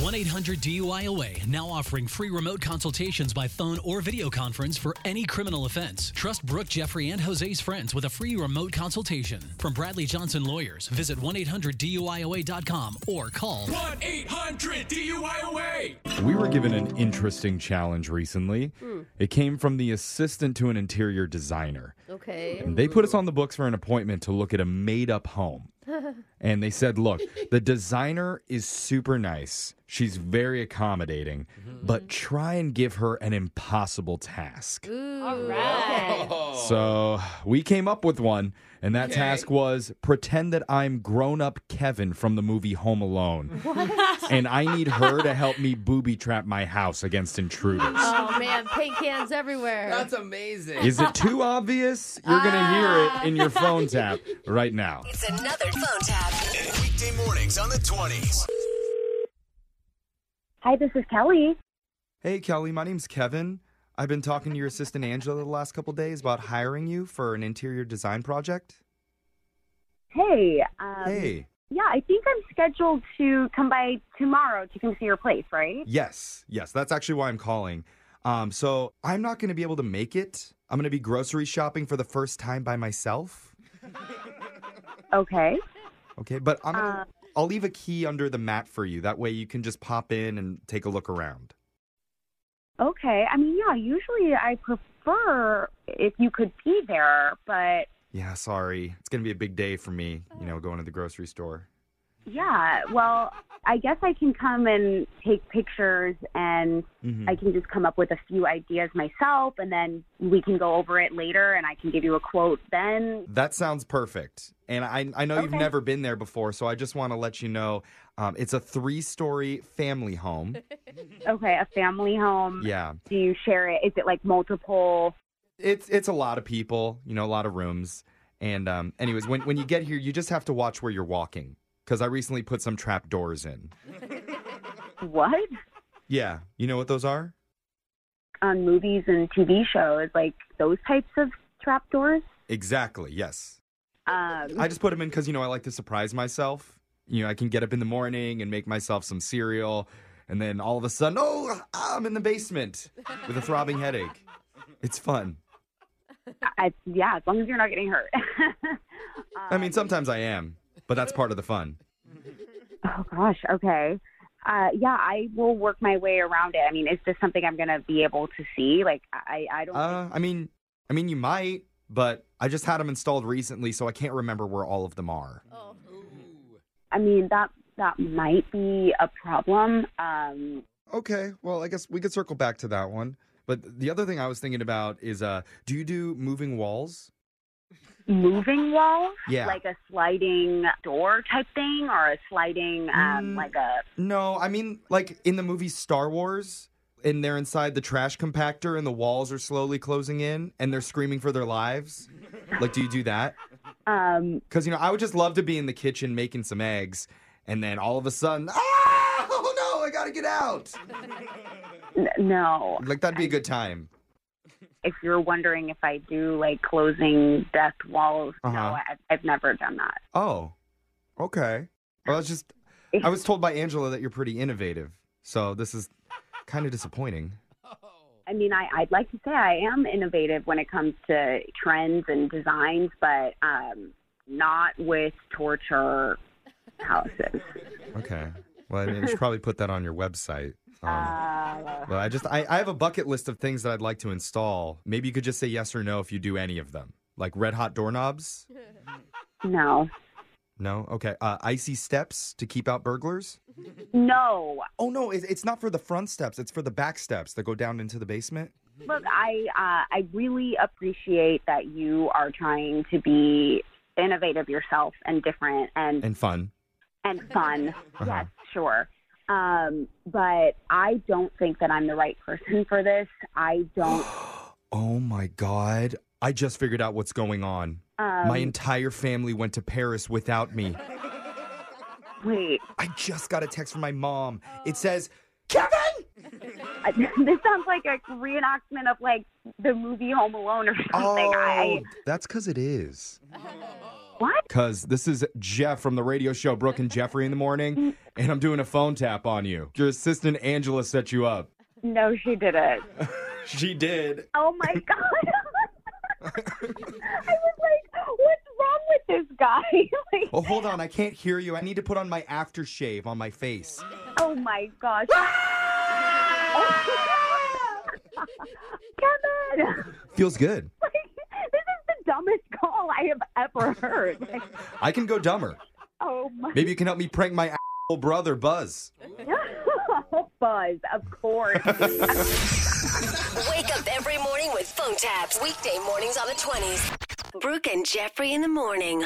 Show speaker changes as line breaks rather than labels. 1 800 DUIOA now offering free remote consultations by phone or video conference for any criminal offense. Trust Brooke, Jeffrey, and Jose's friends with a free remote consultation. From Bradley Johnson Lawyers, visit 1 800 DUIOA.com or call
1 800 DUIOA.
We were given an interesting challenge recently. It came from the assistant to an interior designer.
Okay.
And they put us on the books for an appointment to look at a made up home. and they said, look, the designer is super nice. She's very accommodating, but try and give her an impossible task.
All right.
So we came up with one, and that task was pretend that I'm grown up Kevin from the movie Home Alone. and I need her to help me booby trap my house against intruders.
Oh man, paint cans everywhere.
That's amazing.
Is it too obvious? You're going to hear it in your phone tap right now.
It's another phone tap.
Weekday mornings on the 20s.
Hi, this is Kelly.
Hey, Kelly, my name's Kevin. I've been talking to your assistant Angela the last couple days about hiring you for an interior design project.
Hey. Um,
Hey.
Yeah, I think I'm scheduled to come by tomorrow to come see your place, right?
Yes, yes, that's actually why I'm calling. Um, so I'm not going to be able to make it. I'm going to be grocery shopping for the first time by myself.
Okay.
Okay, but I'm gonna, I'll leave a key under the mat for you. That way you can just pop in and take a look around.
Okay. I mean, yeah, usually I prefer if you could be there, but
Yeah, sorry. It's going to be a big day for me, you know, going to the grocery store.
yeah, well, I guess I can come and take pictures and I can just come up with a few ideas myself and then we can go over it later and I can give you a quote then.
That sounds perfect. And I, I know you've
Okay.
never been there before, so I just want to let you know um, it's a three story family home.
Okay, a family home.
yeah.
Do you share it? Is it like multiple?
It's it's a lot of people, you know, a lot of rooms. And um, anyways, when, when you get here, you just have to watch where you're walking because I recently put some trap doors in.
What?
Yeah. You know what those are?
on movies and TV shows, like those types of trapdoors.
Exactly. Yes.
Um,
I just put them in because, you know, I like to surprise myself. You know, I can get up in the morning and make myself some cereal. And then all of a sudden, oh, I'm in the basement with a throbbing headache. It's fun.
I, yeah, as long as you're not getting hurt.
I mean, sometimes I am, but that's part of the fun.
oh gosh, okay. Uh, yeah, I will work my way around it. I mean, is this something I'm gonna be able to see? Like, I, I don't.
Uh, I mean, I mean, you might, but I just had them installed recently, so I can't remember where all of them are.
I mean, that that might be a problem. Um,
Okay, well, I guess we could circle back to that one. But the other thing I was thinking about is, uh, do you do moving walls?
moving wall,
Yeah.
like a sliding door type thing, or a sliding,
Mm.
um, like a
No, I mean, like in the movie Star Wars, and they're inside the trash compactor, and the walls are slowly closing in, and they're screaming for their lives. Like, do you do that?
um,
Because you know, I would just love to be in the kitchen making some eggs, and then all of a sudden, ah! Oh no, I gotta get out!
n- no.
Like that'd be a good time.
if you're wondering if I do like closing death walls, no,
Uh-huh.
I've, I've never done that.
Oh, okay. Well, I was just, I was told by Angela that you're pretty innovative, so this is kind of disappointing.
I mean, I, I'd like to say I am innovative when it comes to trends and designs, but um, not with torture houses.
Okay. Well, I mean, you should probably put that on your website. Um,
Uh,
well, I just, I, I have a bucket list of things that I'd like to install. Maybe you could just say yes or no if you do any of them, like red hot doorknobs.
no,
No. Okay. Uh, icy steps to keep out burglars.
no.
Oh no, it, it's not for the front steps. It's for the back steps that go down into the basement.
Look, I uh, I really appreciate that you are trying to be innovative yourself and different and
And fun.
and fun.
Uh-huh.
Yes, sure. Um, but I don't think that I'm the right person for this. I don't.
Oh my God. I just figured out what's going on.
Um,
My entire family went to Paris without me.
wait,
I just got a text from my mom. It says, Kevin!
I, this sounds like a reenactment of like the movie Home Alone or something. I,
Oh, that's because it is.
what?
Because this is Jeff from the radio show Brooke and Jeffrey in the Morning. and I'm doing a phone tap on you. Your assistant Angela set you up.
No, she didn't.
She did.
Oh my god. I was like, what's wrong with this guy? like,
Oh, hold on. I can't hear you. I need to put on my aftershave on my face.
oh my gosh. Kevin,
Feels good.
like, this is the dumbest call I have ever heard. Like,
I can go dumber.
oh my
Maybe you can help me prank my asshole brother, Buzz.
Buzz, of course.
Wake up every morning with phone taps. Weekday mornings on the 20s. Brooke and Jeffrey in the morning.